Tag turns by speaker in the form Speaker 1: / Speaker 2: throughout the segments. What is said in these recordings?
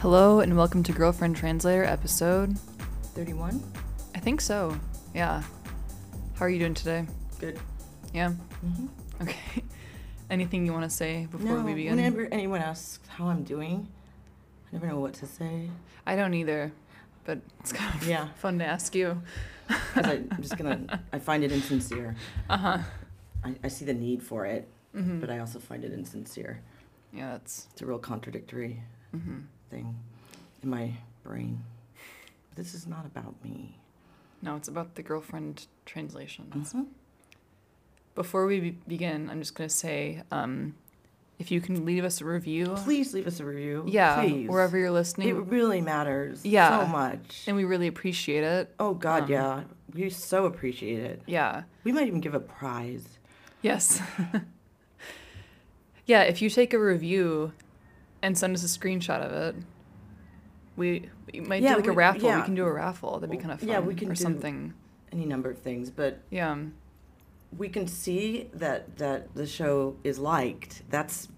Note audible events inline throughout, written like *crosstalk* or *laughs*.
Speaker 1: Hello and welcome to Girlfriend Translator episode.
Speaker 2: 31?
Speaker 1: I think so. Yeah. How are you doing today?
Speaker 2: Good.
Speaker 1: Yeah. *laughs*
Speaker 2: Mm-hmm.
Speaker 1: Okay. Anything you want to say before
Speaker 2: no,
Speaker 1: we begin?
Speaker 2: whenever anyone asks how I'm doing, I never know what to say.
Speaker 1: I don't either, but it's *laughs* kind of
Speaker 2: Yeah.
Speaker 1: fun to ask you.
Speaker 2: 'Cause I- I'm
Speaker 1: *laughs*
Speaker 2: just gonna, I find it insincere.
Speaker 1: Uh huh.
Speaker 2: I, I see the need for it,
Speaker 1: hmm
Speaker 2: but I also find it insincere.
Speaker 1: Yeah, that's.
Speaker 2: It's a real contradictory
Speaker 1: hmm
Speaker 2: thing in my brain. This is not about me.
Speaker 1: No, it's about the girlfriend translation.
Speaker 2: Mhm.
Speaker 1: Before we be- begin, I'm just going to say um, if you can leave us a review.
Speaker 2: Please leave us a review.
Speaker 1: Yeah,
Speaker 2: Please.
Speaker 1: wherever you're listening.
Speaker 2: It really matters.
Speaker 1: Yeah.
Speaker 2: So much.
Speaker 1: and we really appreciate it.
Speaker 2: Oh, God,
Speaker 1: um,
Speaker 2: yeah. We so appreciate it.
Speaker 1: Yeah.
Speaker 2: We might even give a prize.
Speaker 1: Yes. *laughs* yeah, if you take a review and send us a screenshot of it, we, we might
Speaker 2: Yeah,
Speaker 1: do like a
Speaker 2: we-
Speaker 1: raffle. We
Speaker 2: yeah.
Speaker 1: can do a raffle. That'd be kind of fun.
Speaker 2: Yeah, we can
Speaker 1: or
Speaker 2: do-
Speaker 1: something.
Speaker 2: Any number of things, but
Speaker 1: Yeah.
Speaker 2: we can see that that the show is liked. That's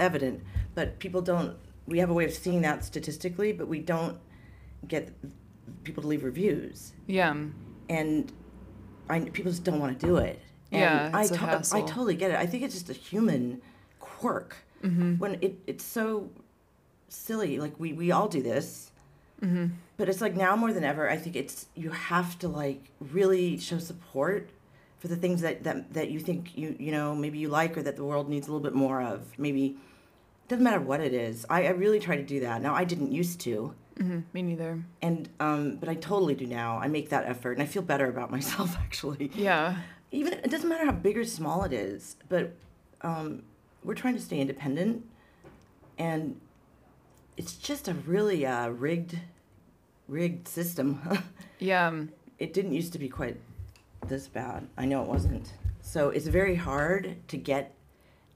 Speaker 2: evident, but people don't. We have a way of seeing that statistically, but we don't get people to leave reviews,
Speaker 1: Yeah.
Speaker 2: and I, people just don't want to do it. And
Speaker 1: Yeah,
Speaker 2: I
Speaker 1: it's a
Speaker 2: to- I
Speaker 1: hassle.
Speaker 2: totally get it. I think it's just a human quirk
Speaker 1: Mm-hmm.
Speaker 2: when it, it's so silly. Like we we all do this.
Speaker 1: Mm-hmm.
Speaker 2: But it's like now more than ever, I think it's you have to like really show support for the things that that, that you think you you know maybe you like or that the world needs a little bit more of. Maybe doesn't matter what it is. I, I really try to do that. Now I didn't used to,
Speaker 1: Mm-hmm. Me neither.
Speaker 2: and um, but I totally do now. I make that effort, and I feel better about *laughs* myself actually.
Speaker 1: Yeah.
Speaker 2: Even it doesn't matter how big or small it is, but um, we're trying to stay independent, and it's just a really uh, rigged, rigged system. *laughs*
Speaker 1: Yeah. um,
Speaker 2: it didn't used to be quite this bad. I know it wasn't. So it's very hard to get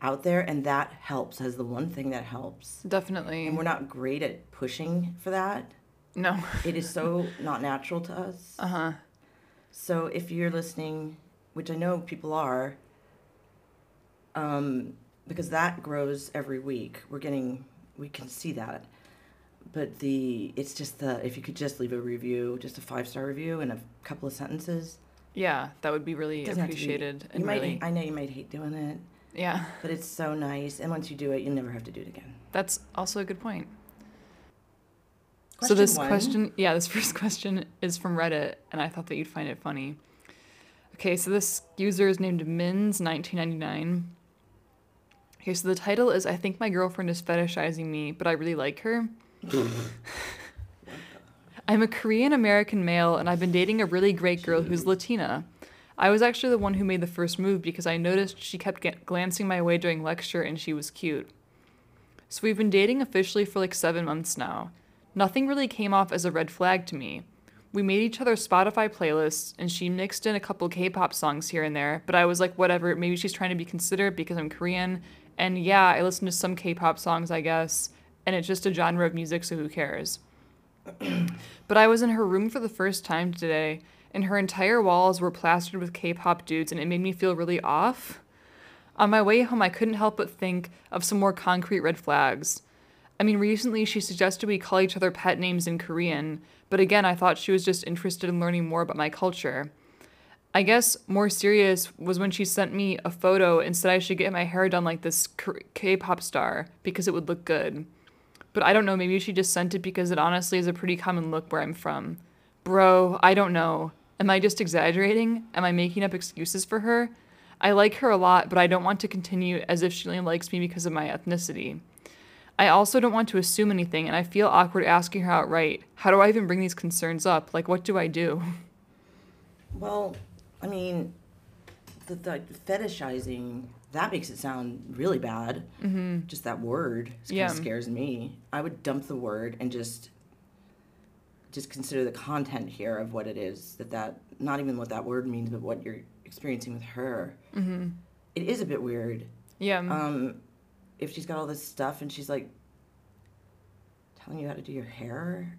Speaker 2: out there, and that helps as the one thing that helps.
Speaker 1: Definitely.
Speaker 2: And we're not great at pushing for that.
Speaker 1: no.
Speaker 2: It is so *laughs* not natural to us.
Speaker 1: Uh huh.
Speaker 2: So if you're listening, which I know people are, um, because that grows every week. We're getting, we can see that. But the, it's just the, if you could just leave a review, just a five star review and a couple of sentences,
Speaker 1: Yeah, that would be really
Speaker 2: Doesn't have to be-
Speaker 1: appreciated
Speaker 2: You
Speaker 1: and
Speaker 2: might,
Speaker 1: really.
Speaker 2: I know you might hate doing it,
Speaker 1: yeah.
Speaker 2: but it's so nice. And once you do it, you'll never have to do it again.
Speaker 1: That's also a good point.
Speaker 2: Question
Speaker 1: so this
Speaker 2: one.
Speaker 1: question, yeah, this *laughs* first question is from Reddit, and I thought that you'd find it funny. Okay, so this user is named Mins1999. Okay, so the title is I think my girlfriend is fetishizing me, but I really like her. I'm a Korean American male, and I've been dating a really great girl who's Latina. I was actually the one who made the first move because I noticed she kept get- glancing my way during lecture and she was cute. So we've been dating officially for like seven months now. Nothing really came off as a red flag to me. We made each other Spotify playlists, and she mixed in a couple K pop songs here and there, but I was like, whatever, maybe she's trying to be considerate because I'm Korean. And yeah, I listen to some K pop songs, I guess, and it's just a genre of music, so who cares? *clears throat* but I was in her room for the first time today, and her entire walls were plastered with K pop dudes, and it made me feel really off. On my way home, I couldn't help but think of some more concrete red flags. I mean, recently she suggested we call each other pet names in Korean, but again, I thought she was just interested in learning more about my culture. I guess more serious was when she sent me a photo and said I should get my hair done like this K pop star because it would look good. But I don't know, maybe she just sent it because it honestly is a pretty common look where I'm from. Bro, I don't know. Am I just exaggerating? Am I making up excuses for her? I like her a lot, but I don't want to continue as if she only likes me because of my ethnicity. I also don't want to assume anything, and I feel awkward asking her outright. How do I even bring these concerns up? Like, what do I do? *laughs*
Speaker 2: Well, I mean, the, the fetishizing that makes it sound really bad. Mm-hmm. Just that word just
Speaker 1: Yeah.
Speaker 2: kind of scares me. I would dump the word and just just consider the content here of what it is that that not even what that word means, but what you're experiencing with her. Mm-hmm. is a bit weird.
Speaker 1: Yeah.
Speaker 2: Um, if she's got all this stuff and she's like telling you how to do your hair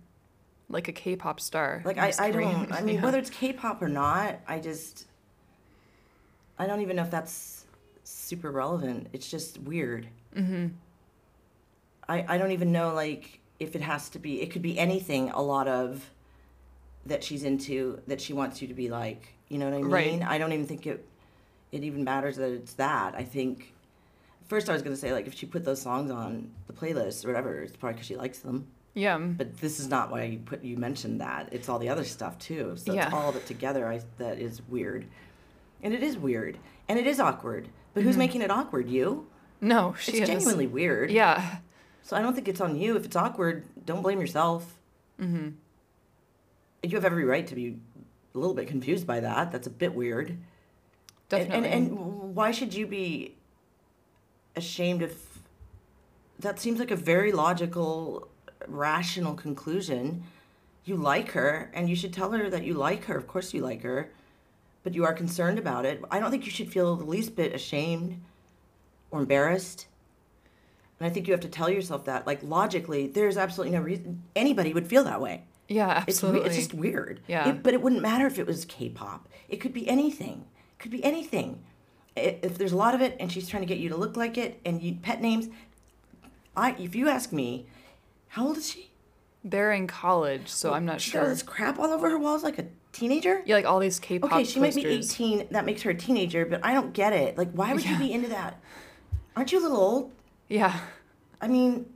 Speaker 1: like a K pop star.
Speaker 2: like I,
Speaker 1: who's
Speaker 2: I
Speaker 1: Korean. *laughs*
Speaker 2: don't I mean
Speaker 1: Yeah.
Speaker 2: whether it's K-pop or not I just I don't even know if that's super relevant it's just weird mm-hmm. I I don't even know like if it has to be, it could be anything. A lot of that she's into that she wants you to be like. You know what I mean?
Speaker 1: Right.
Speaker 2: I don't even think it it even matters that it's that. I think first I was gonna say like if she put those songs on the playlist or whatever, it's probably because she likes them.
Speaker 1: Yeah.
Speaker 2: But this is not why you put you mentioned that. It's all the other stuff too. So
Speaker 1: Yeah.
Speaker 2: it's all of it together. I, that is weird, and it is weird, and it is awkward. But who's making it awkward? You.
Speaker 1: No, Mm-hmm. she
Speaker 2: it's
Speaker 1: is.
Speaker 2: genuinely weird.
Speaker 1: Yeah.
Speaker 2: So I don't think it's on you. If it's awkward, don't blame yourself.
Speaker 1: hmm
Speaker 2: You have every right to be a little bit confused by that. That's a bit weird. And-
Speaker 1: Definitely.
Speaker 2: And, and, why should you be ashamed if that seems like a very logical, rational conclusion? You like her, and you should tell her that you like her. Of course, you like her, but you are concerned about it. I don't think you should feel the least bit ashamed or embarrassed. And I think you have to tell yourself that, like logically, there's absolutely no reason anybody would feel that way.
Speaker 1: yeah,
Speaker 2: It's, we-
Speaker 1: absolutely.
Speaker 2: it's just weird.
Speaker 1: Yeah.
Speaker 2: It- but it wouldn't matter if it was K-pop. It could be anything. It could be anything. I- If there's a lot of it, and she's trying to get you to look like it, and you pet names. I, if you ask me, how old is she?
Speaker 1: They're in college, so I'm not
Speaker 2: She got all
Speaker 1: sure.
Speaker 2: this crap all over her walls like a teenager.
Speaker 1: Yeah, like all these K-pop
Speaker 2: Okay, she might be
Speaker 1: posters.
Speaker 2: 18. That makes her a teenager, but I don't get it. Like, why would
Speaker 1: Yeah.
Speaker 2: you be into that? Aren't you a little old?
Speaker 1: Yeah. *laughs*
Speaker 2: I mean,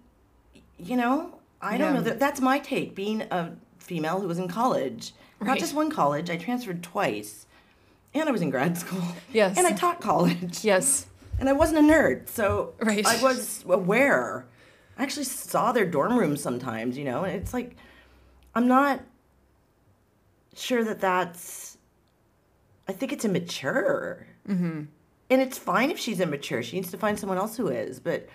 Speaker 2: you know, I
Speaker 1: Yeah.
Speaker 2: don't know. That, that's my take. Being a female who was in college,
Speaker 1: Right.
Speaker 2: not just one college, I transferred twice, and I was in grad school.
Speaker 1: Yes.
Speaker 2: And I taught college,
Speaker 1: Yes.
Speaker 2: and I wasn't a nerd, so
Speaker 1: Right.
Speaker 2: I was aware. I actually saw their dorm rooms sometimes, you know, and it's like, I'm not sure that that's. I think it's immature. Mm-hmm. And it's fine if she's immature. She needs to find someone else who is, but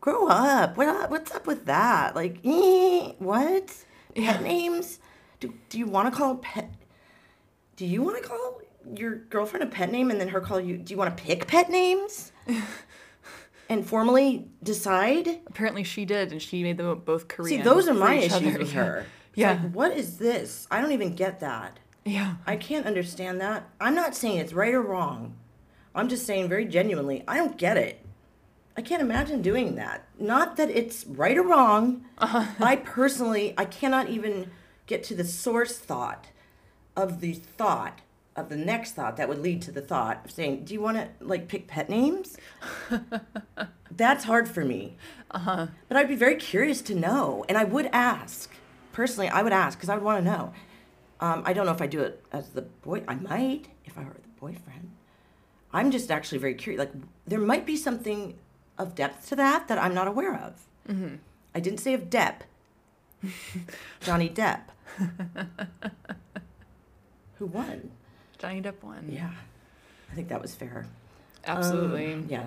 Speaker 2: grow up. What, what's up with that? Like, eh, what? Pet
Speaker 1: Yeah.
Speaker 2: names? Do, do you want to call a pet? Do you want to call your girlfriend a pet name and then her call you? Do you want to pick pet
Speaker 1: *laughs*
Speaker 2: names? and formally decide?
Speaker 1: Apparently she did, and she made them both Korean.
Speaker 2: See, those are
Speaker 1: for
Speaker 2: my
Speaker 1: each
Speaker 2: issues
Speaker 1: other.
Speaker 2: with
Speaker 1: Yeah.
Speaker 2: her. It's
Speaker 1: Yeah.
Speaker 2: like, what is this? I don't even get that.
Speaker 1: *laughs* Yeah.
Speaker 2: I can't understand that. I'm not saying it's right or wrong. I'm just saying very genuinely, I don't get it. I can't imagine doing that. Not that it's right or wrong. I personally, I cannot even get to the source thought of the thought of the next thought that would lead to the thought of saying, "Do you want to like pick pet names?" That's hard for me. But I'd be very curious to know, and I would ask. Personally, I would ask because I would want to know. Um, I don't know if I do it as the boy. I might if I were the boyfriend. I'm just actually very curious. Like there might be something of depth to that that I'm not aware of.
Speaker 1: Mm-hmm.
Speaker 2: I didn't say of Depp, Johnny Depp, who won.
Speaker 1: Johnny Depp won.
Speaker 2: Yeah, I think that was fair.
Speaker 1: Absolutely.
Speaker 2: Um, yeah.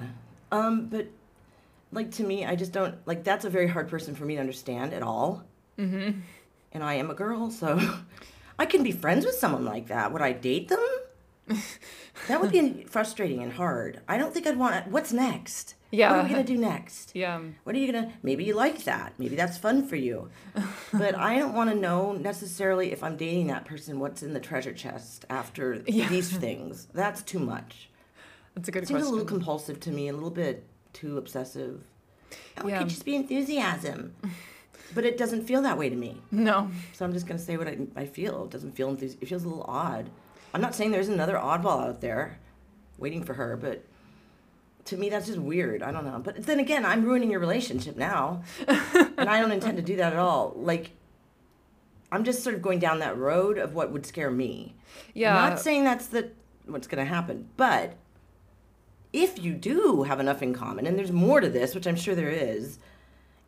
Speaker 2: Um, but like to me, I just don't like. That's a very hard person for me to understand at all.
Speaker 1: Mm-hmm.
Speaker 2: And I am a girl, so *laughs* I can be friends with someone like that. Would I date them?
Speaker 1: *laughs*
Speaker 2: that would be frustrating and hard. I don't think I'd want. What's next? What are
Speaker 1: Yeah.
Speaker 2: we gonna do next?
Speaker 1: Yeah.
Speaker 2: What are you gonna? Maybe you like that. Maybe that's fun for
Speaker 1: *laughs*
Speaker 2: you. but I don't want to know necessarily if I'm dating that person. What's in the treasure chest after
Speaker 1: Yeah.
Speaker 2: these things? That's too much.
Speaker 1: That's a good
Speaker 2: It seems a
Speaker 1: question.
Speaker 2: little compulsive to me, a little bit too obsessive. Oh, It
Speaker 1: Yeah.
Speaker 2: could just
Speaker 1: *laughs*
Speaker 2: be enthusiasm. but it doesn't feel that way to me.
Speaker 1: no.
Speaker 2: So I'm just going to say what I, I feel. It doesn't feel enthusi- It feels a little odd. I'm not saying there's another oddball out there waiting for her, but to me, that's just weird. I don't know. But then again, I'm ruining your relationship now. and I don't intend to do that at all. Like, I'm just sort of going down that road of what would scare me.
Speaker 1: Yeah.
Speaker 2: Not saying that's the what's going to happen, but if you do have enough in common, and there's more to this, which I'm sure there is,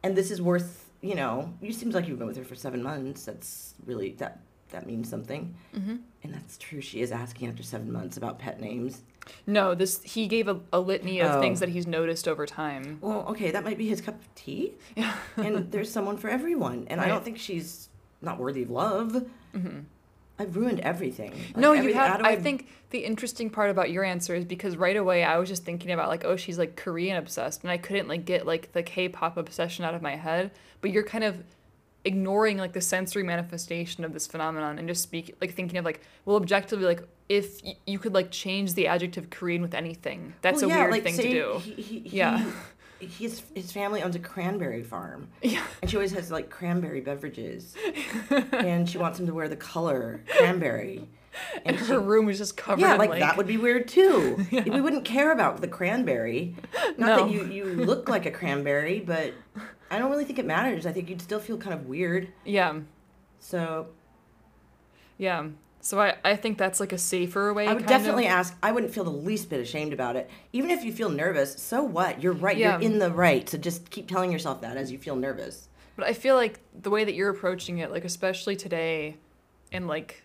Speaker 2: and this is worth, you know, you seems like you've been with her for seven months. That's really that that means something,
Speaker 1: mm-hmm.
Speaker 2: and that's true. She is asking after seven months about pet names.
Speaker 1: No, this he gave a, a litany of
Speaker 2: Oh.
Speaker 1: things that he's noticed over time.
Speaker 2: Well, okay, that might be his cup
Speaker 1: *laughs*
Speaker 2: of tea,
Speaker 1: Yeah.
Speaker 2: and there's someone for everyone. And I
Speaker 1: Right.
Speaker 2: don't think she's not worthy of love.
Speaker 1: Mm-hmm.
Speaker 2: I've ruined everything. Like,
Speaker 1: no, you
Speaker 2: everything- how
Speaker 1: have.
Speaker 2: do
Speaker 1: I think the interesting part about your answer is because right away I was just thinking about like, oh, she's like Korean obsessed, and I couldn't like get like the K-pop obsession out of my head. But you're kind of ignoring like the sensory manifestation of this phenomenon and just speak like thinking of like, well, objectively, like if y- you could like change the adjective Korean with anything, that's
Speaker 2: Well,
Speaker 1: a
Speaker 2: yeah,
Speaker 1: weird
Speaker 2: like,
Speaker 1: thing
Speaker 2: say
Speaker 1: to do. *laughs*
Speaker 2: He, he, he
Speaker 1: Yeah.
Speaker 2: his his family owns a cranberry farm,
Speaker 1: *laughs* Yeah.
Speaker 2: and she always has like cranberry
Speaker 1: *laughs*
Speaker 2: beverages, and she wants him to wear the color cranberry.
Speaker 1: And her room is just covered
Speaker 2: yeah,
Speaker 1: in
Speaker 2: like,
Speaker 1: like,
Speaker 2: that would be
Speaker 1: *laughs*
Speaker 2: weird too. We wouldn't care about the cranberry. Not
Speaker 1: No.
Speaker 2: that you you look like a cranberry, but I don't really think it matters. I think you'd still feel kind of weird.
Speaker 1: Yeah.
Speaker 2: So
Speaker 1: Yeah. So I, I think that's like a safer way.
Speaker 2: I would
Speaker 1: kind of.
Speaker 2: definitely ask. I wouldn't feel the least bit ashamed about it. Even if you feel nervous, so what? You're right.
Speaker 1: Yeah.
Speaker 2: You're in the right. So just keep telling yourself that as you feel nervous.
Speaker 1: But I feel like the way that you're approaching it, like especially today, and like,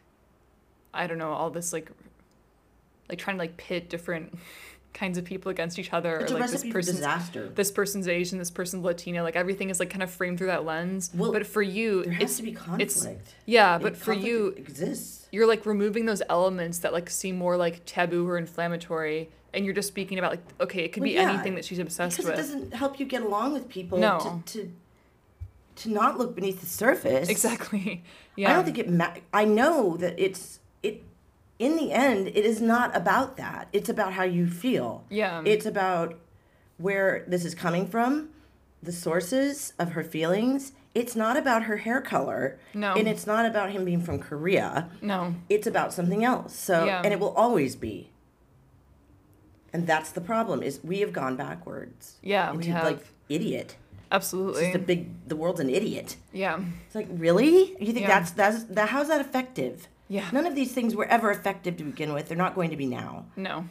Speaker 1: I don't know, all this like, like trying to like pit different *laughs* kinds of people against each other,
Speaker 2: It's
Speaker 1: or
Speaker 2: a
Speaker 1: like this
Speaker 2: recipe for
Speaker 1: person's
Speaker 2: disaster.
Speaker 1: this person's Asian, this person's Latino, like everything is like kind of framed through that lens.
Speaker 2: Well,
Speaker 1: but for you,
Speaker 2: There has
Speaker 1: it's
Speaker 2: to be
Speaker 1: it's-
Speaker 2: conflict.
Speaker 1: yeah,
Speaker 2: It-
Speaker 1: but for
Speaker 2: conflict
Speaker 1: you,
Speaker 2: exists.
Speaker 1: you're like removing those elements that like seem more like taboo or inflammatory, and you're just speaking about like okay, it could
Speaker 2: Well,
Speaker 1: be
Speaker 2: yeah,
Speaker 1: anything that she's obsessed
Speaker 2: Because it
Speaker 1: with.
Speaker 2: doesn't help you get along with people
Speaker 1: No.
Speaker 2: to, to to not look beneath the
Speaker 1: *laughs*
Speaker 2: surface.
Speaker 1: Exactly. Yeah.
Speaker 2: I don't think it ma- I know that it's it in the end it is not about that. It's about how you feel.
Speaker 1: Yeah.
Speaker 2: It's about where this is coming from, the sources of her feelings. It's not about her hair color.
Speaker 1: No.
Speaker 2: And it's not about him being from Korea.
Speaker 1: no.
Speaker 2: It's about something else. So
Speaker 1: Yeah.
Speaker 2: and it will always be. And that's the problem is we have gone backwards.
Speaker 1: Yeah, we
Speaker 2: into
Speaker 1: have
Speaker 2: like idiot. It's
Speaker 1: absolutely.
Speaker 2: just a big the world's an idiot.
Speaker 1: yeah.
Speaker 2: It's like, really? You think
Speaker 1: Yeah.
Speaker 2: that's that's that? How's that effective?
Speaker 1: Yeah.
Speaker 2: None of these things were ever effective to begin with. They're not going to be now.
Speaker 1: No.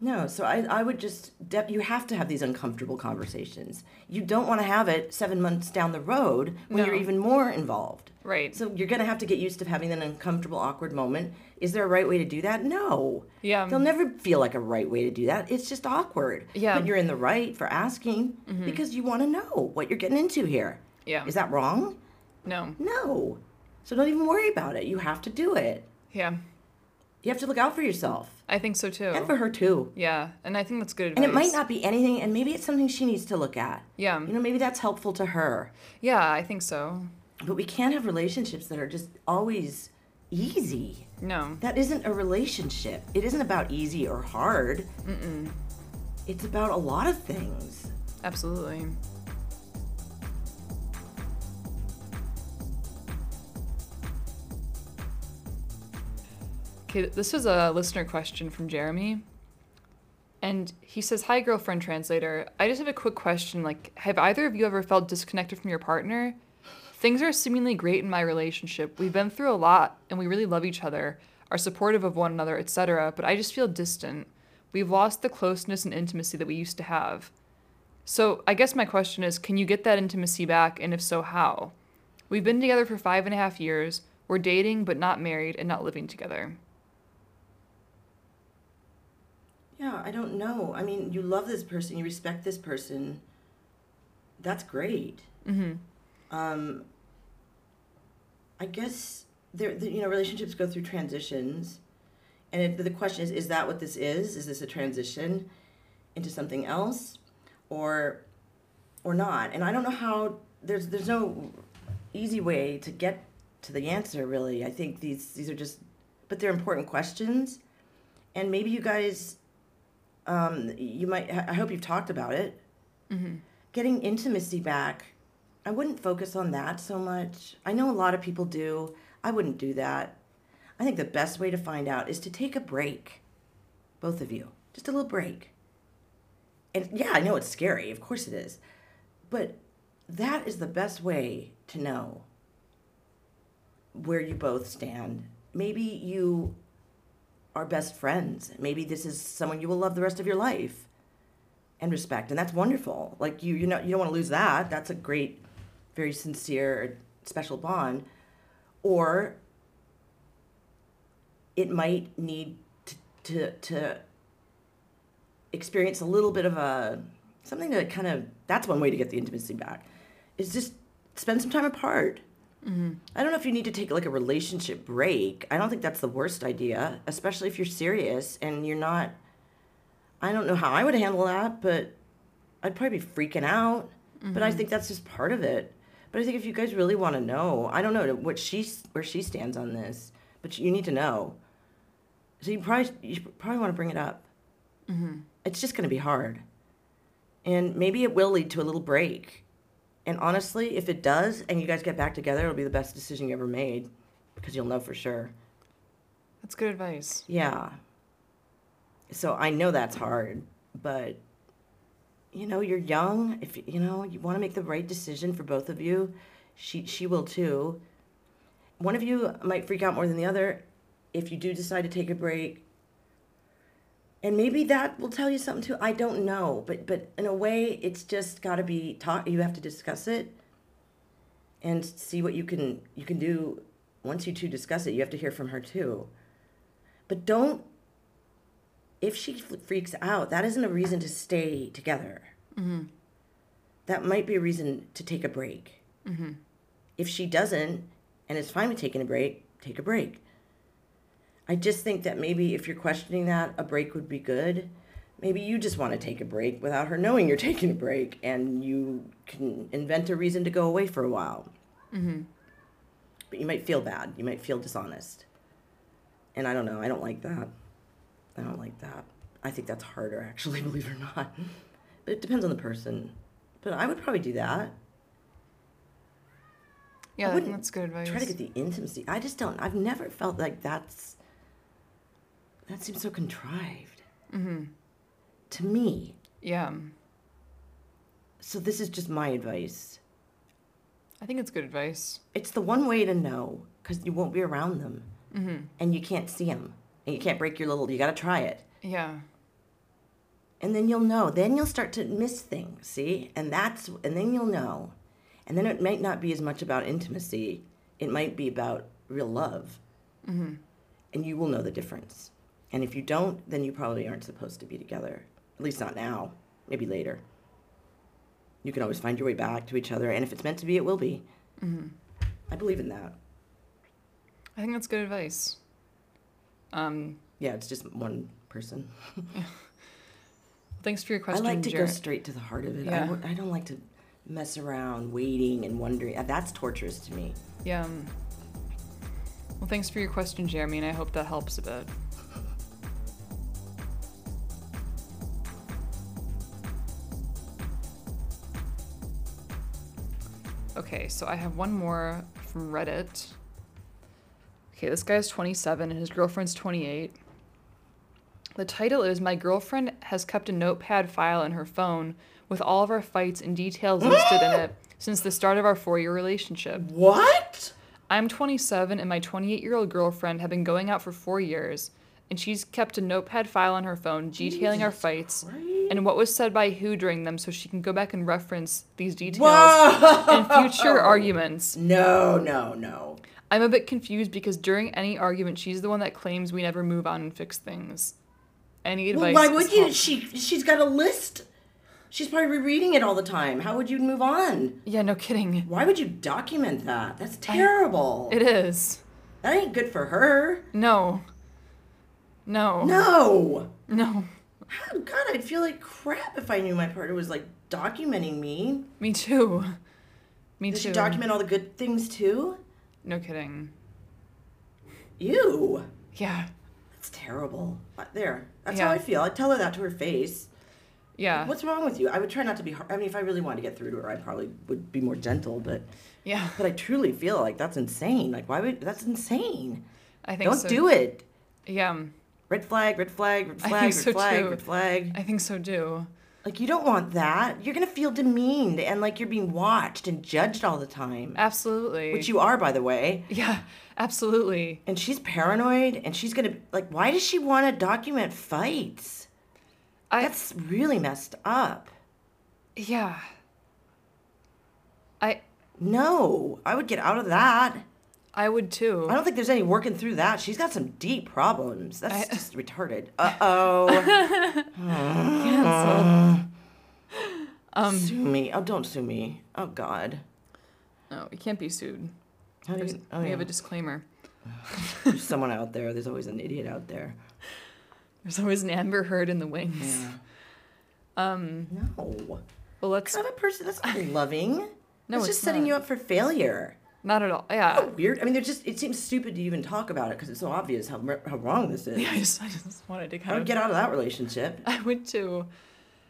Speaker 2: No. So I, I would just de- you have to have these uncomfortable conversations. You don't want to have it seven months down the road when
Speaker 1: No.
Speaker 2: you're even more involved.
Speaker 1: Right.
Speaker 2: So you're gonna have to get used to having that uncomfortable, awkward moment. Is there a right way to do that? No.
Speaker 1: Yeah.
Speaker 2: They'll never feel like a right way to do that. It's just awkward.
Speaker 1: Yeah. Mm-hmm.
Speaker 2: But you're in the right for asking because you want to know what you're getting into here.
Speaker 1: yeah.
Speaker 2: Is that wrong?
Speaker 1: no.
Speaker 2: No. So don't even worry about it. You have to do it.
Speaker 1: Yeah.
Speaker 2: You have to look out for yourself
Speaker 1: I think so too.
Speaker 2: and for her too.
Speaker 1: yeah. And I think that's good advice.
Speaker 2: And it might not be anything, and maybe it's something she needs to look at.
Speaker 1: Yeah.
Speaker 2: You know, maybe that's helpful to her.
Speaker 1: Yeah, I think so.
Speaker 2: But we can't have relationships that are just always easy.
Speaker 1: No.
Speaker 2: That isn't a relationship. It isn't about easy or hard. Mm-mm. It's about a lot of things.
Speaker 1: Absolutely. Okay, this is a listener question from Jeremy. And he says, Hi, girlfriend translator. I just have a quick question. Like, have either of you ever felt disconnected from your partner? Things are seemingly great in my relationship. We've been through a lot and we really love each other, are supportive of one another, etc. But I just feel distant. We've lost the closeness and intimacy that we used to have. So I guess my question is can you get that intimacy back? And if so, how? We've been together for five and a half years. We're dating, but not married and not living together.
Speaker 2: Yeah, I don't know. I mean, you love this person, you respect this person. That's great.
Speaker 1: Mm-hmm.
Speaker 2: um, I guess there, the, you know, relationships go through transitions, and it, the question is: Is that what this is? Is this a transition into something else, or, or not? And I don't know how. There's there's no easy way to get to the answer. Really, I think these these are just, but they're important questions, and maybe you guys, um, you might. I hope you've talked about it
Speaker 1: Mm-hmm.
Speaker 2: getting intimacy back i wouldn't focus on that so much i know a lot of people do i wouldn't do that i think the best way to find out is to take a break both of you just a little break and yeah i know it's scary of course it is but that is the best way to know where you both stand maybe you are best friends maybe this is someone you will love the rest of your life and respect and that's wonderful like you you know you don't want to lose that that's a great very sincere special bond or it might need to to, to experience a little bit of a something that kind of that's one way to get the intimacy back is just spend some time apart I don't know if you need to take like a relationship break. I don't think that's the worst idea, especially if you're serious and you're not I don't know how I would handle that, but I'd probably be freaking out. But
Speaker 1: Mm-hmm.
Speaker 2: I think that's just part of it. But I think if you guys really want to know, I don't know what she where she stands on this, but you need to know.
Speaker 1: Mm-hmm.
Speaker 2: So you probably you probably want to bring it up. It's just going to be hard, And maybe it will lead to a little break. And honestly, if it does and you guys get back together, it'll be the best decision you ever made because you'll know for sure.
Speaker 1: That's good advice.
Speaker 2: Yeah. So I know that's hard, but you know, you're young. If you know, you want to make the right decision for both of you, she she will too. One of you might freak out more than the other if you do decide to take a break. And maybe that will tell you something too. I don't know, but but in a way, it's just got to be taught. You have to discuss it and see what you can you can do. Once you two discuss it, you have to hear from her too. But don't if she f- freaks out, that isn't a reason to stay together. That might be a reason to take a break. If she doesn't and is fine with taking a break, take a break. I just think that maybe if you're questioning that, a break would be good. Maybe you just want to take a break without her knowing you're *laughs* taking a break and you can invent a reason to go away for a while.
Speaker 1: Mm-hmm.
Speaker 2: But you might feel bad. You might feel dishonest. And I don't know. I don't like that. I don't like that. I think that's harder, actually, *laughs* believe it or not. But it depends on the person. But I would probably do that.
Speaker 1: Yeah, I think
Speaker 2: wouldn't
Speaker 1: that's good advice.
Speaker 2: Try to get the intimacy. I just don't. I've never felt like that's. That seems so contrived. Mm-hmm. To me.
Speaker 1: yeah,
Speaker 2: So this is just my advice.
Speaker 1: I think it's good advice.
Speaker 2: It's the one way to know because you won't be around them, mm-hmm. and you can't see them, and you can't break your little. You got to try it.
Speaker 1: Yeah,
Speaker 2: and then you'll know then you'll start to miss things see and that's and then you'll know and then it might not be as much about intimacy it might be about real love
Speaker 1: Mm-hmm.
Speaker 2: and you will know the difference and if you don't then you probably aren't supposed to be together at least not now maybe later you can always find your way back to each other and if it's meant to be it will be
Speaker 1: Mm-hmm.
Speaker 2: i believe in that
Speaker 1: I think that's good advice. Um,
Speaker 2: yeah it's just one person
Speaker 1: thanks for your question,
Speaker 2: I like to
Speaker 1: Jarrett.
Speaker 2: go straight to the heart of it. I
Speaker 1: Yeah.
Speaker 2: w- I, don't like to mess around, waiting and wondering. Uh, That's torturous to me.
Speaker 1: Yeah. um, Well, thanks for your question, Jeremy, and I hope that helps a bit. Okay, so I have one more from Reddit. Okay, this guy's 27 and his girlfriend's 28. The title is My Girlfriend Has Kept a Notepad File in Her Phone with all of our fights and details listed in it since the start of our four year relationship.
Speaker 2: What?
Speaker 1: I'm 27 and my 28 year old girlfriend have been going out for four years, and she's kept a notepad file on her phone detailing our fights and what was said by who during them so she can go back and reference these details in future arguments.
Speaker 2: No, no, no.
Speaker 1: I'm a bit confused because during any argument, she's the one that claims we never move on and fix things. Any
Speaker 2: Well,
Speaker 1: advice? is
Speaker 2: why would you?
Speaker 1: help-
Speaker 2: She she's got a list. She's probably rereading it all the time. How would you move on?
Speaker 1: Yeah, no kidding.
Speaker 2: Why would you document that? That's terrible.
Speaker 1: It is.
Speaker 2: that ain't good for her.
Speaker 1: No. No.
Speaker 2: No.
Speaker 1: No.
Speaker 2: Oh, God, I'd feel like crap if I knew my partner was like documenting me.
Speaker 1: Me too. Me
Speaker 2: Does
Speaker 1: too.
Speaker 2: she document all the good things too?
Speaker 1: no kidding.
Speaker 2: Ew.
Speaker 1: Yeah.
Speaker 2: That's terrible. Uh, There. That's
Speaker 1: Yeah.
Speaker 2: how I feel. I'd tell her that to her face.
Speaker 1: Yeah.
Speaker 2: What's wrong with you? I would try not to be hard. I mean, if I really wanted to get through to her, I probably would be more gentle, but
Speaker 1: Yeah.
Speaker 2: but I truly feel like that's insane. Like, why would that's insane?
Speaker 1: I think
Speaker 2: Don't
Speaker 1: so.
Speaker 2: do it.
Speaker 1: Yeah, um,
Speaker 2: Red flag, red flag, red
Speaker 1: *laughs* I
Speaker 2: flag,
Speaker 1: think
Speaker 2: red
Speaker 1: so,
Speaker 2: flag,
Speaker 1: too.
Speaker 2: red flag.
Speaker 1: I think so too.
Speaker 2: Like, you don't want that. You're going to feel demeaned and like you're being watched and judged all the time,
Speaker 1: Absolutely.
Speaker 2: which you are, by the way.
Speaker 1: yeah, absolutely.
Speaker 2: And she's paranoid and she's going to, like, why does she want to document fights?
Speaker 1: I
Speaker 2: That's really messed up.
Speaker 1: yeah. I
Speaker 2: No, I would get out of that.
Speaker 1: I would too.
Speaker 2: I don't think there's any working through that. She's got some deep problems. That's
Speaker 1: I-
Speaker 2: just retarded. Uh
Speaker 1: *laughs*
Speaker 2: oh.
Speaker 1: Cancel. Um,
Speaker 2: sue me. Oh, don't sue me. Oh God.
Speaker 1: No, we can't be sued.
Speaker 2: How do
Speaker 1: There's-
Speaker 2: you, oh,
Speaker 1: we
Speaker 2: yeah. *laughs*
Speaker 1: have a disclaimer.
Speaker 2: There's someone out there. There's always an idiot out there.
Speaker 1: There's always an Amber Heard in the wings. Um.
Speaker 2: No.
Speaker 1: Well,
Speaker 2: That's
Speaker 1: let's
Speaker 2: not a person. That's not loving.
Speaker 1: No,
Speaker 2: No,
Speaker 1: it's
Speaker 2: it's just setting
Speaker 1: not.
Speaker 2: you up for failure.
Speaker 1: not at all. Yeah. *laughs*
Speaker 2: Oh, weird. I mean, they're just. It seems stupid to even talk about it because it's so obvious how mer- how wrong this is.
Speaker 1: Yeah. I just I just wanted to *laughs*
Speaker 2: I
Speaker 1: kind
Speaker 2: would
Speaker 1: of.
Speaker 2: get out of that relationship.
Speaker 1: I would too.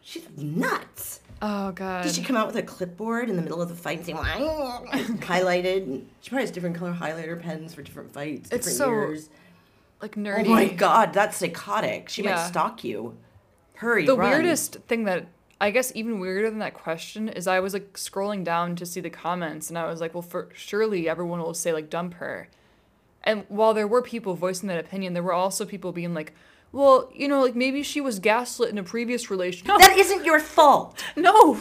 Speaker 2: She's nuts.
Speaker 1: Oh god.
Speaker 2: Did she come out with a clipboard in the middle of the fight saying highlighted? And she probably has different color highlighter pens for different fights,
Speaker 1: It's
Speaker 2: different
Speaker 1: so
Speaker 2: years.
Speaker 1: like
Speaker 2: Oh
Speaker 1: nerdy.
Speaker 2: my god, that's psychotic. She might
Speaker 1: Yeah.
Speaker 2: stalk you. Hurry,
Speaker 1: the
Speaker 2: run.
Speaker 1: weirdest thing that I guess even weirder than that question is I was like scrolling down to see the comments and I was like, well, for surely everyone will say like dump her. And while there were people voicing that opinion, there were also people being like, well, you know, like maybe she was gaslit in a previous relationship.
Speaker 2: That isn't your fault.
Speaker 1: *laughs* no.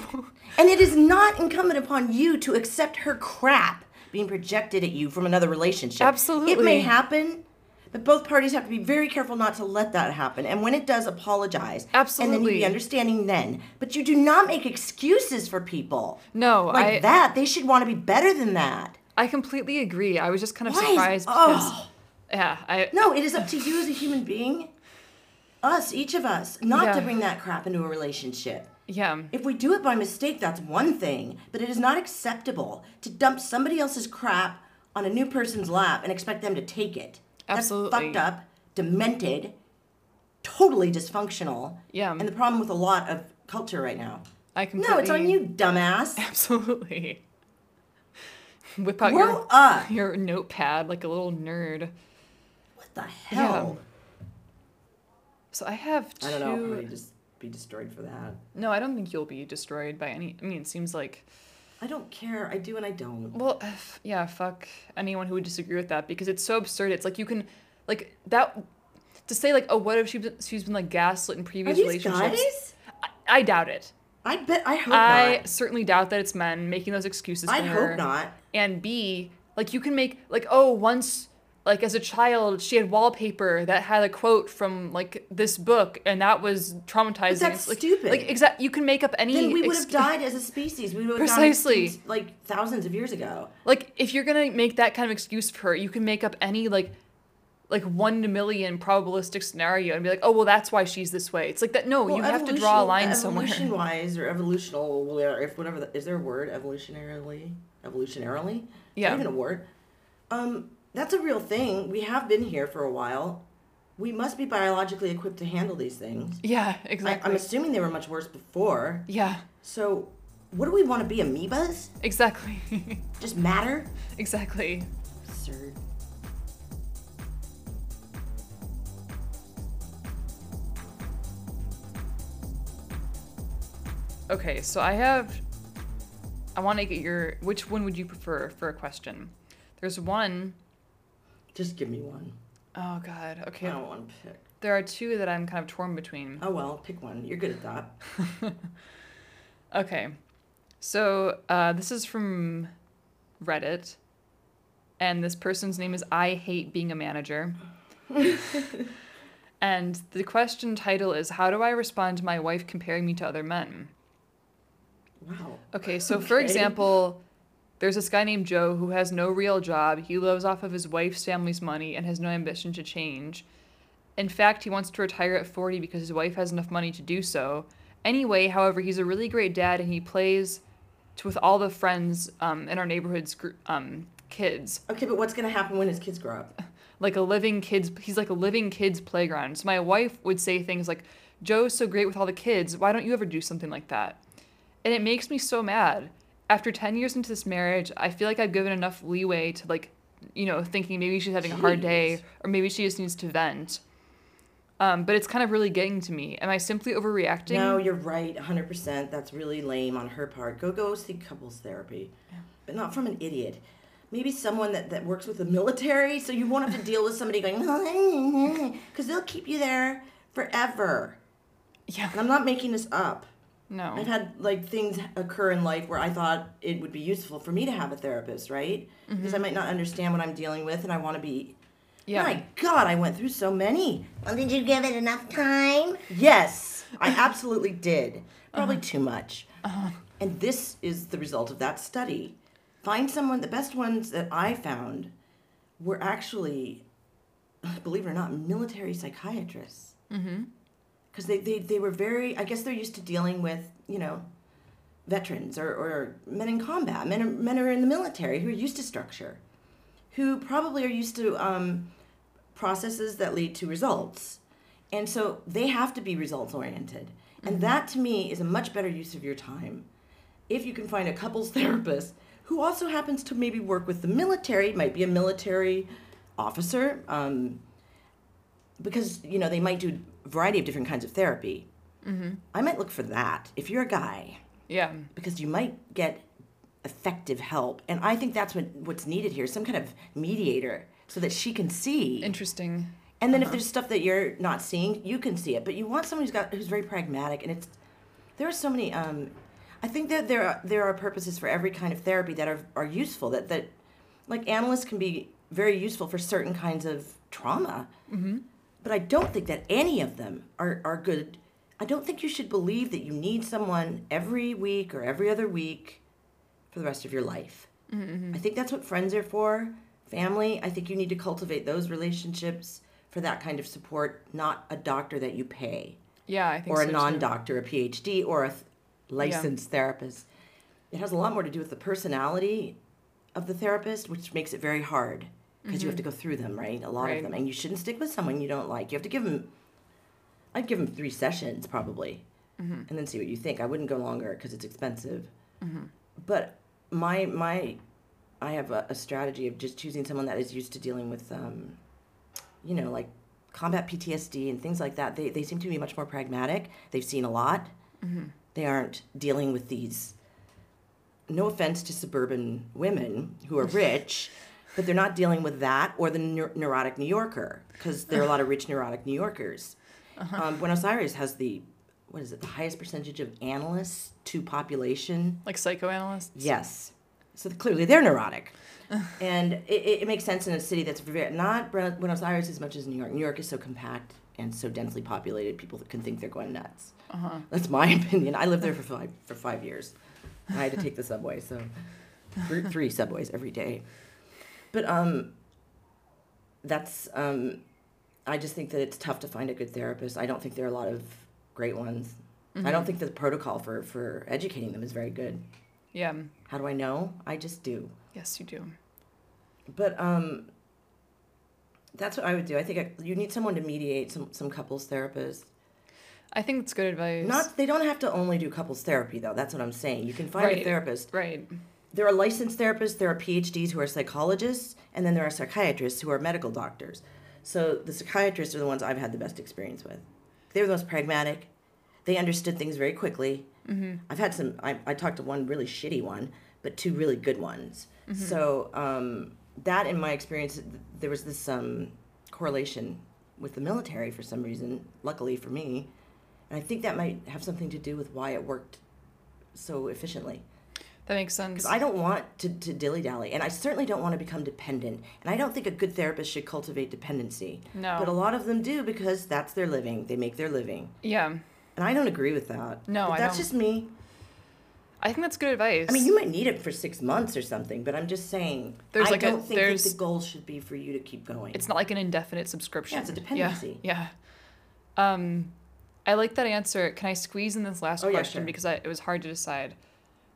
Speaker 2: And it is not incumbent upon you to accept her crap being projected at you from another relationship. It
Speaker 1: Absolutely.
Speaker 2: may happen, but both parties have to be very careful not to let that happen. And when it does, apologize. And then you
Speaker 1: Absolutely.
Speaker 2: be understanding then. But you do not make excuses for people.
Speaker 1: No,
Speaker 2: Like
Speaker 1: Oh, I
Speaker 2: that. They should want to be better than that.
Speaker 1: I completely agree. I was just kind of
Speaker 2: Why is-
Speaker 1: surprised
Speaker 2: oh.
Speaker 1: because yeah, I
Speaker 2: No, it is up to you as a human being, us, each of us, not
Speaker 1: Yeah.
Speaker 2: to bring that crap into a relationship.
Speaker 1: yeah.
Speaker 2: If we do it by mistake, that's one thing, but it is not acceptable to dump somebody else's crap on a new person's lap and expect them to take it. That's
Speaker 1: Absolutely.
Speaker 2: fucked up, demented, totally dysfunctional.
Speaker 1: Yeah.
Speaker 2: And the problem with a lot of culture right now.
Speaker 1: I
Speaker 2: No,
Speaker 1: completely
Speaker 2: it's on you,
Speaker 1: *laughs*
Speaker 2: dumbass.
Speaker 1: Absolutely. Whip out
Speaker 2: Grow
Speaker 1: your
Speaker 2: up.
Speaker 1: your notepad like a little nerd.
Speaker 2: What the hell?
Speaker 1: So I have two.
Speaker 2: I don't know. I'll probably just be destroyed for that.
Speaker 1: No, I don't think you'll be destroyed by any. I mean, it seems like.
Speaker 2: I don't care. I do and I don't.
Speaker 1: Well, f- yeah, fuck anyone who would disagree with that because it's so absurd. It's like you can, like that, to say like, oh, what if she she's been like gaslit in
Speaker 2: Are
Speaker 1: previous
Speaker 2: these
Speaker 1: relationships?
Speaker 2: guys?
Speaker 1: I, I doubt it.
Speaker 2: I bet. I hope
Speaker 1: I
Speaker 2: not.
Speaker 1: certainly doubt that it's men making those excuses.
Speaker 2: I
Speaker 1: for
Speaker 2: hope
Speaker 1: her.
Speaker 2: not.
Speaker 1: and B, like you can make like oh once like as a child she had wallpaper that had a quote from like this book and that was traumatizing. It's
Speaker 2: that's
Speaker 1: like,
Speaker 2: stupid.
Speaker 1: Like exact, you can make up any.
Speaker 2: Then we would have
Speaker 1: excu-
Speaker 2: died as a species. We would have
Speaker 1: Precisely.
Speaker 2: died since, like thousands of years ago.
Speaker 1: Like if you're gonna make that kind of excuse for her, you can make up any like like one to million probabilistic scenario and be like oh well that's why she's this way. It's like that no you have to draw a line somewhere.
Speaker 2: Evolution wise or evolutional, if whatever the, is there a word evolutionarily? Evolutionarily? Is that
Speaker 1: Yeah.
Speaker 2: even a word. Um, that's a real thing. We have been here for a while. We must be biologically equipped to handle these things.
Speaker 1: *laughs* Yeah,
Speaker 2: I,
Speaker 1: exactly.
Speaker 2: I'm assuming they were much worse before.
Speaker 1: yeah,
Speaker 2: So, what do we want to be? Amoebas?
Speaker 1: exactly, *laughs*
Speaker 2: Just matter?
Speaker 1: exactly.
Speaker 2: Absurd.
Speaker 1: Okay, so I have. I want to get your. Which one would you prefer for a question? There's one.
Speaker 2: Just give me one.
Speaker 1: Oh, God. Okay.
Speaker 2: I don't want to pick.
Speaker 1: There are two that I'm kind of torn between.
Speaker 2: Oh well, pick one. You're good at that.
Speaker 1: Okay. So uh, this is from Reddit. And this person's name is I Hate Being a Manager. and the question title is How do I respond to my wife comparing me to other men?
Speaker 2: Wow.
Speaker 1: Okay, so for
Speaker 2: Okay.
Speaker 1: example, there's this guy named Joe who has no real job. He lives off of his wife's family's money and has no ambition to change. In fact, he wants to retire at 40 because his wife has enough money to do so. Anyway, however, he's a really great dad and he plays to, with all the friends um, in our neighborhood's gr- um, kids.
Speaker 2: Okay, but what's gonna happen when his kids grow up?
Speaker 1: Like a living kids, he's like a living kids playground. So my wife would say things like, Joe's so great with all the kids. Why don't you ever do something like that? and it makes me so mad. After 10 years into this marriage, I feel like I've given enough leeway to like, you know, thinking maybe she's having a hard
Speaker 2: Jeez.
Speaker 1: day or maybe she just needs to vent. Um, but it's kind of really getting to me. Am I simply overreacting?
Speaker 2: No, you're right, 100%. That's really lame on her part. Go go seek couples therapy, but not from an idiot. Maybe someone that, that works with the military, so you won't have *laughs* to deal with somebody going because they'll keep you there forever.
Speaker 1: Yeah.
Speaker 2: And I'm not making this up. I've
Speaker 1: No.
Speaker 2: had like things occur in life where I thought it would be useful for me to have a therapist, right? Because I might not understand what I'm dealing with, and I want to be
Speaker 1: Yeah.
Speaker 2: My God, I went through so many.
Speaker 3: Well, did you give it enough time?
Speaker 2: Yes, I absolutely did. Probably too much. And this is the result of that study. Find someone, the best ones that I found were actually, believe it or not, military psychiatrists. Because mm-hmm. they, they, they were very, I guess they're used to dealing with, you know, veterans or, or men in combat, men are, men are in the military who are used to structure, who probably are used to um, processes that lead to results. And so they have to be results oriented. And that to me is a much better use of your time. If you can find a couples *laughs* therapist who also happens to maybe work with the military, might be a military officer, um, because you know they might do a variety of different kinds of therapy. I might look for that if you're a guy,
Speaker 1: Yeah.
Speaker 2: because you might get effective help, and I think that's what what's needed here, some kind of mediator, so that she can see.
Speaker 1: Interesting.
Speaker 2: And then if there's stuff that you're not seeing, you can see it. But you want someone who's got who's very pragmatic. And it's there are so many. Um, I think that there are, there are purposes for every kind of therapy that are are useful. That that like analysts can be very useful for certain kinds of trauma. But I don't think that any of them are are good. I don't think you should believe that you need someone every week or every other week for the rest of your life. I think that's what friends are for. Family, I think you need to cultivate those relationships for that kind of support, not a doctor that you pay
Speaker 1: Yeah, I think
Speaker 2: or
Speaker 1: so
Speaker 2: a
Speaker 1: too.
Speaker 2: non doctor, a PhD, or a th- licensed therapist. It has a lot more to do with the personality of the therapist, which makes it very hard because you have to go through them, right? A lot
Speaker 1: Mm-hmm. Right.
Speaker 2: of them. And you shouldn't stick with someone you don't like. You have to give them, I'd give them three sessions probably
Speaker 1: Mm-hmm.
Speaker 2: and then see what you think. I wouldn't go longer because it's expensive.
Speaker 1: Mm-hmm.
Speaker 2: But my, my, I have a, a strategy of just choosing someone that is used to dealing with, um, you know, like combat PTSD and things like that. They, they seem to be much more pragmatic. They've seen a lot. They aren't dealing with these. No offense to suburban women who are rich, but they're not dealing with that or the neur- neurotic New Yorker because there are a lot of rich neurotic New Yorkers. Um, Buenos Aires has the what is it? The highest percentage of analysts to population.
Speaker 1: Like psychoanalysts?
Speaker 2: Yes. So th- clearly they're neurotic. and it, it, it makes sense in a city that's very, not Buen- Buenos Aires as much as New York. New York is so compact and so densely populated, people can think they're going nuts.
Speaker 1: Uh-huh.
Speaker 2: That's my *laughs* opinion. I lived there for five, for five years. I had to take the subway, so three, three subways every day. But um, that's um, I just think that it's tough to find a good therapist. I don't think there are a lot of great ones. I
Speaker 1: Mm-hmm.
Speaker 2: don't think the protocol for for educating them is very good.
Speaker 1: Yeah.
Speaker 2: How do I know? I just do.
Speaker 1: Yes, you do.
Speaker 2: But um, that's what I would do. I think I, you need someone to mediate some some couples therapist.
Speaker 1: I think it's good advice.
Speaker 2: Not they don't have to only do couples therapy though. That's what I'm saying. You can find
Speaker 1: Right.
Speaker 2: a therapist.
Speaker 1: right.
Speaker 2: There are licensed therapists. There are PhDs who are psychologists, and then there are psychiatrists who are medical doctors. So the psychiatrists are the ones I've had the best experience with. They were the most pragmatic. They understood things very quickly. Mm-hmm. I've had some. I, I talked to one really shitty one, but two really good ones.
Speaker 1: Mm-hmm.
Speaker 2: So um, that, in my experience, th- there was this um, correlation with the military for some reason. Luckily for me, and I think that might have something to do with why it worked so efficiently.
Speaker 1: That makes sense.
Speaker 2: I don't want to, to dilly dally, and I certainly don't want to become dependent. And I don't think a good therapist should cultivate dependency.
Speaker 1: No.
Speaker 2: But a lot of them do because that's their living. They make their living.
Speaker 1: yeah.
Speaker 2: And I don't agree with that.
Speaker 1: No,
Speaker 2: But
Speaker 1: I
Speaker 2: that's
Speaker 1: don't.
Speaker 2: just me.
Speaker 1: I think that's good advice.
Speaker 2: I mean, you might need it for six months or something, but I'm just saying.
Speaker 1: There's
Speaker 2: I
Speaker 1: like a-
Speaker 2: don't think
Speaker 1: there's-
Speaker 2: that the goal should be for you to keep going.
Speaker 1: it's not like an indefinite subscription.
Speaker 2: Yeah, it's a dependency.
Speaker 1: Yeah. yeah. Um, I like that answer. Can I squeeze in this last
Speaker 2: Oh, yeah,
Speaker 1: question
Speaker 2: sure.
Speaker 1: because I, it was hard to decide?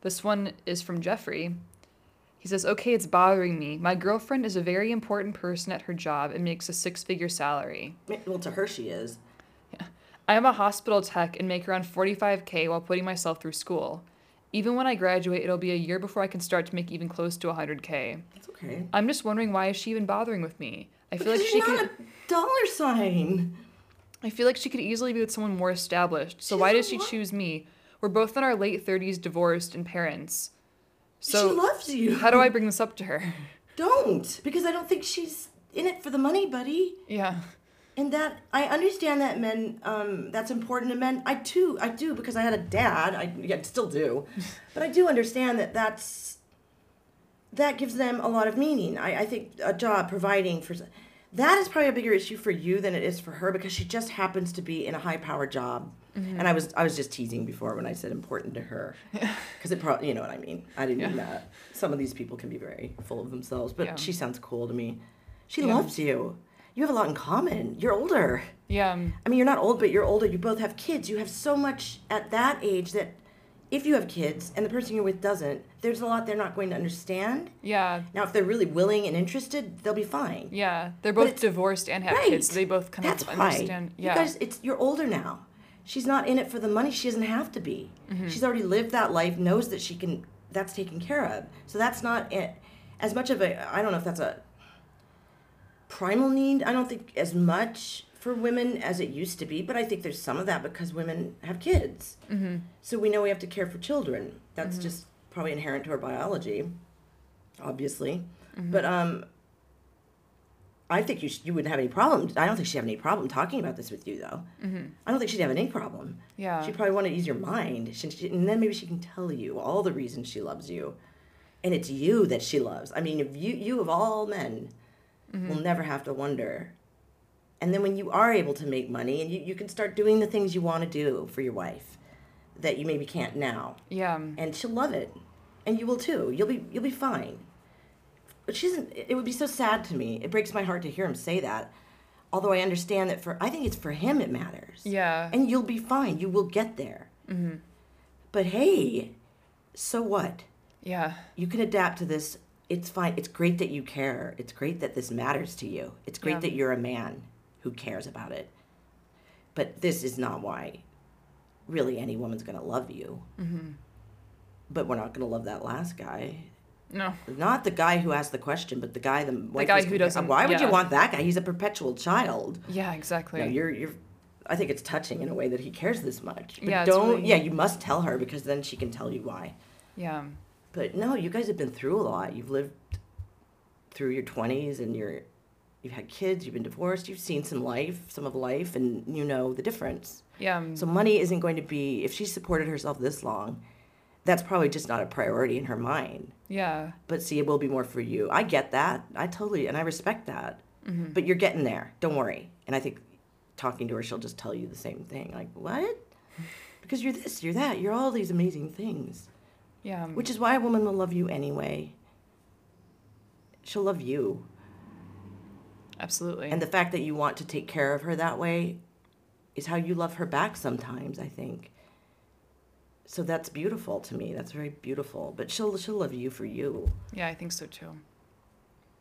Speaker 1: This one is from Jeffrey. He says, "Okay, it's bothering me. My girlfriend is a very important person at her job and makes a six-figure salary.
Speaker 2: well, to her, she is.
Speaker 1: I am a hospital tech and make around 45k while putting myself through school. Even when I graduate, it'll be a year before I can start to make even close to 100k.
Speaker 2: That's okay.
Speaker 1: I'm just wondering why is she even bothering with me? I feel
Speaker 2: Because
Speaker 1: like she
Speaker 2: you're
Speaker 1: could
Speaker 2: not a dollar sign.
Speaker 1: I feel like she could easily be with someone more established. So why
Speaker 2: She's
Speaker 1: does she
Speaker 2: not-
Speaker 1: choose me? We're both in our late 30s, divorced and parents.
Speaker 2: she
Speaker 1: So
Speaker 2: loves you.
Speaker 1: how do I bring this up to her? *laughs*
Speaker 2: Don't. Because I don't think she's in it for the money, buddy.
Speaker 1: Yeah.
Speaker 2: And that I understand that men, um, that's important to men. I too, I do because I had a dad. I yeah, still do, but I do understand that that's that gives them a lot of meaning. I, I think a job providing for that is probably a bigger issue for you than it is for her because she just happens to be in a high power job.
Speaker 1: Mm-hmm.
Speaker 2: And I was I was just teasing before when I said important
Speaker 1: *laughs*
Speaker 2: to her because it probably you know what I mean. I didn't mean that. Some of these people can be very full of themselves, but
Speaker 1: Yeah.
Speaker 2: she sounds cool to me. She
Speaker 1: Yeah.
Speaker 2: loves you. You have a lot in common. You're older.
Speaker 1: Yeah. um,
Speaker 2: I mean, you're not old, but you're older. You both have kids. You have so much at that age that if you have kids and the person you're with doesn't, there's a lot they're not going to understand.
Speaker 1: Yeah.
Speaker 2: Now, if they're really willing and interested, they'll be fine.
Speaker 1: Yeah. They're
Speaker 2: But
Speaker 1: both
Speaker 2: it's-
Speaker 1: divorced and have kids. So
Speaker 2: Right.
Speaker 1: they both kind
Speaker 2: That's
Speaker 1: of
Speaker 2: why.
Speaker 1: understand.
Speaker 2: You
Speaker 1: Yeah.
Speaker 2: guys, it's you're older now. she's not in it for the money. She doesn't have to be.
Speaker 1: Mm-hmm.
Speaker 2: She's already lived that life, knows that she can. That's taken care of. So that's not it. As much of a, I don't know if that's a primal need. I don't think as much for women as it used to be, but I think there's some of that because women have kids. Mm-hmm. So we know we have to care for children. That's
Speaker 1: Mm-hmm.
Speaker 2: just probably inherent to our biology, obviously.
Speaker 1: Mm-hmm.
Speaker 2: But um, I think you sh- you wouldn't have any problem. I don't think she'd have any problem talking about this with you, though. I don't think she'd have any problem.
Speaker 1: Yeah.
Speaker 2: She'd probably want to ease your mind, she, she- and then maybe she can tell you all the reasons she loves you, and it's you that she loves. I mean, if you you of all men will never have to wonder. And then when you are able to make money, and you, you can start doing the things you want to do for your wife that you maybe can't now,
Speaker 1: yeah.
Speaker 2: and she'll love it, and you will too. You'll be you'll be fine. But she doesn't. It would be so sad to me. It breaks my heart to hear him say that. Although I understand that for I think it's for him it matters.
Speaker 1: Yeah.
Speaker 2: And you'll be fine. You will get there. Mm-hmm. But hey, so what?
Speaker 1: yeah.
Speaker 2: You can adapt to this. It's fine. It's great that you care. It's great that this matters to you. It's great
Speaker 1: Yeah.
Speaker 2: that you're a man who cares about it. But this is not why really any woman's going to love you. Mm-hmm. But we're not going to love that last guy.
Speaker 1: No.
Speaker 2: Not the guy who asked the question, but the guy the, wife
Speaker 1: guy
Speaker 2: was
Speaker 1: who
Speaker 2: compa-
Speaker 1: doesn't-
Speaker 2: Why would
Speaker 1: yeah.
Speaker 2: you want that guy? He's a perpetual child.
Speaker 1: Yeah,
Speaker 2: No,
Speaker 1: exactly.
Speaker 2: you're you're. I think it's touching in a way that he cares this much. But
Speaker 1: Yeah, it's
Speaker 2: don't.
Speaker 1: really-
Speaker 2: Yeah, you must tell her because then she can tell you why.
Speaker 1: yeah.
Speaker 2: But no, you guys have been through a lot. You've lived through your twenties and your. You've had kids. You've been divorced. You've seen some life, some of life, and you know the difference.
Speaker 1: Yeah. um,
Speaker 2: So money isn't going to be if she supported herself this long. That's probably just not a priority in her mind
Speaker 1: yeah.
Speaker 2: but see, it will be more for you. I get that. I totally, and I respect that.
Speaker 1: Mm-hmm.
Speaker 2: But you're getting there. Don't worry. And I think talking to her, she'll just tell you the same thing. Like, what? Because you're this, you're that, you're all these amazing things.
Speaker 1: Yeah. um,
Speaker 2: Which is why a woman will love you anyway. She'll love you.
Speaker 1: Absolutely.
Speaker 2: And the fact that you want to take care of her that way is how you love her back sometimes, I think. So that's beautiful to me. That's very beautiful. But she'll she'll love you for you.
Speaker 1: yeah, I think so too.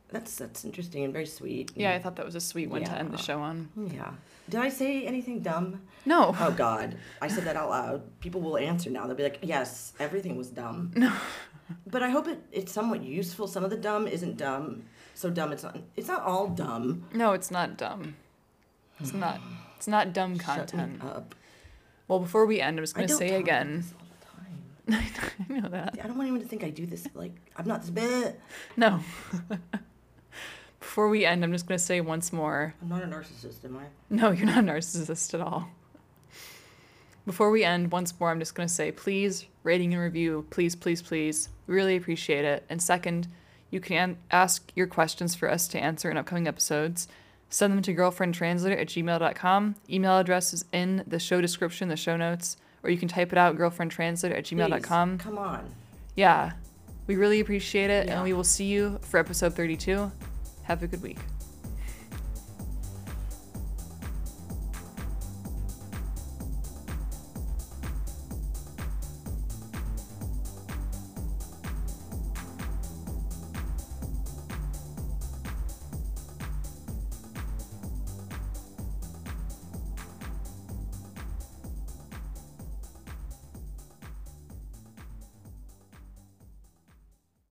Speaker 2: That's that's interesting and very sweet.
Speaker 1: Yeah, I thought that was a sweet one to end the
Speaker 2: Yeah.
Speaker 1: show on.
Speaker 2: Yeah. Did I say anything dumb?
Speaker 1: No.
Speaker 2: Oh God, I said that out loud. People will answer now. They'll be like, "Yes, everything was dumb." No. But I hope it, it's somewhat useful. Some of the dumb isn't dumb. So dumb, it's not. It's not all dumb. Hmm.
Speaker 1: No, it's not dumb. It's not. It's not dumb content.
Speaker 2: Shut me up.
Speaker 1: Well, before we end, I'm just
Speaker 2: I
Speaker 1: going to
Speaker 2: don't
Speaker 1: say
Speaker 2: talk about
Speaker 1: again.
Speaker 2: this all the time.
Speaker 1: *laughs* I know that.
Speaker 2: I don't want anyone to think I do this. Like I'm not this. Bleh.
Speaker 1: No. *laughs* Before we end, I'm just going to say once more
Speaker 2: I'm not a narcissist, am I?
Speaker 1: *laughs* no, you're not a narcissist at all. Before we end, once more, I'm just going to say please, rating and review, please, please, please. We really appreciate it. And second, you can an- ask your questions for us to answer in upcoming episodes. Send them to girlfriendtranslator at gmail.com. Email address is in the show description, the show notes, or you can type it out girlfriendtranslator at
Speaker 2: Please,
Speaker 1: gmail.com.
Speaker 2: Come on.
Speaker 1: Yeah. We really appreciate it,
Speaker 2: Yeah.
Speaker 1: and we will see you for episode 32. Have a good week.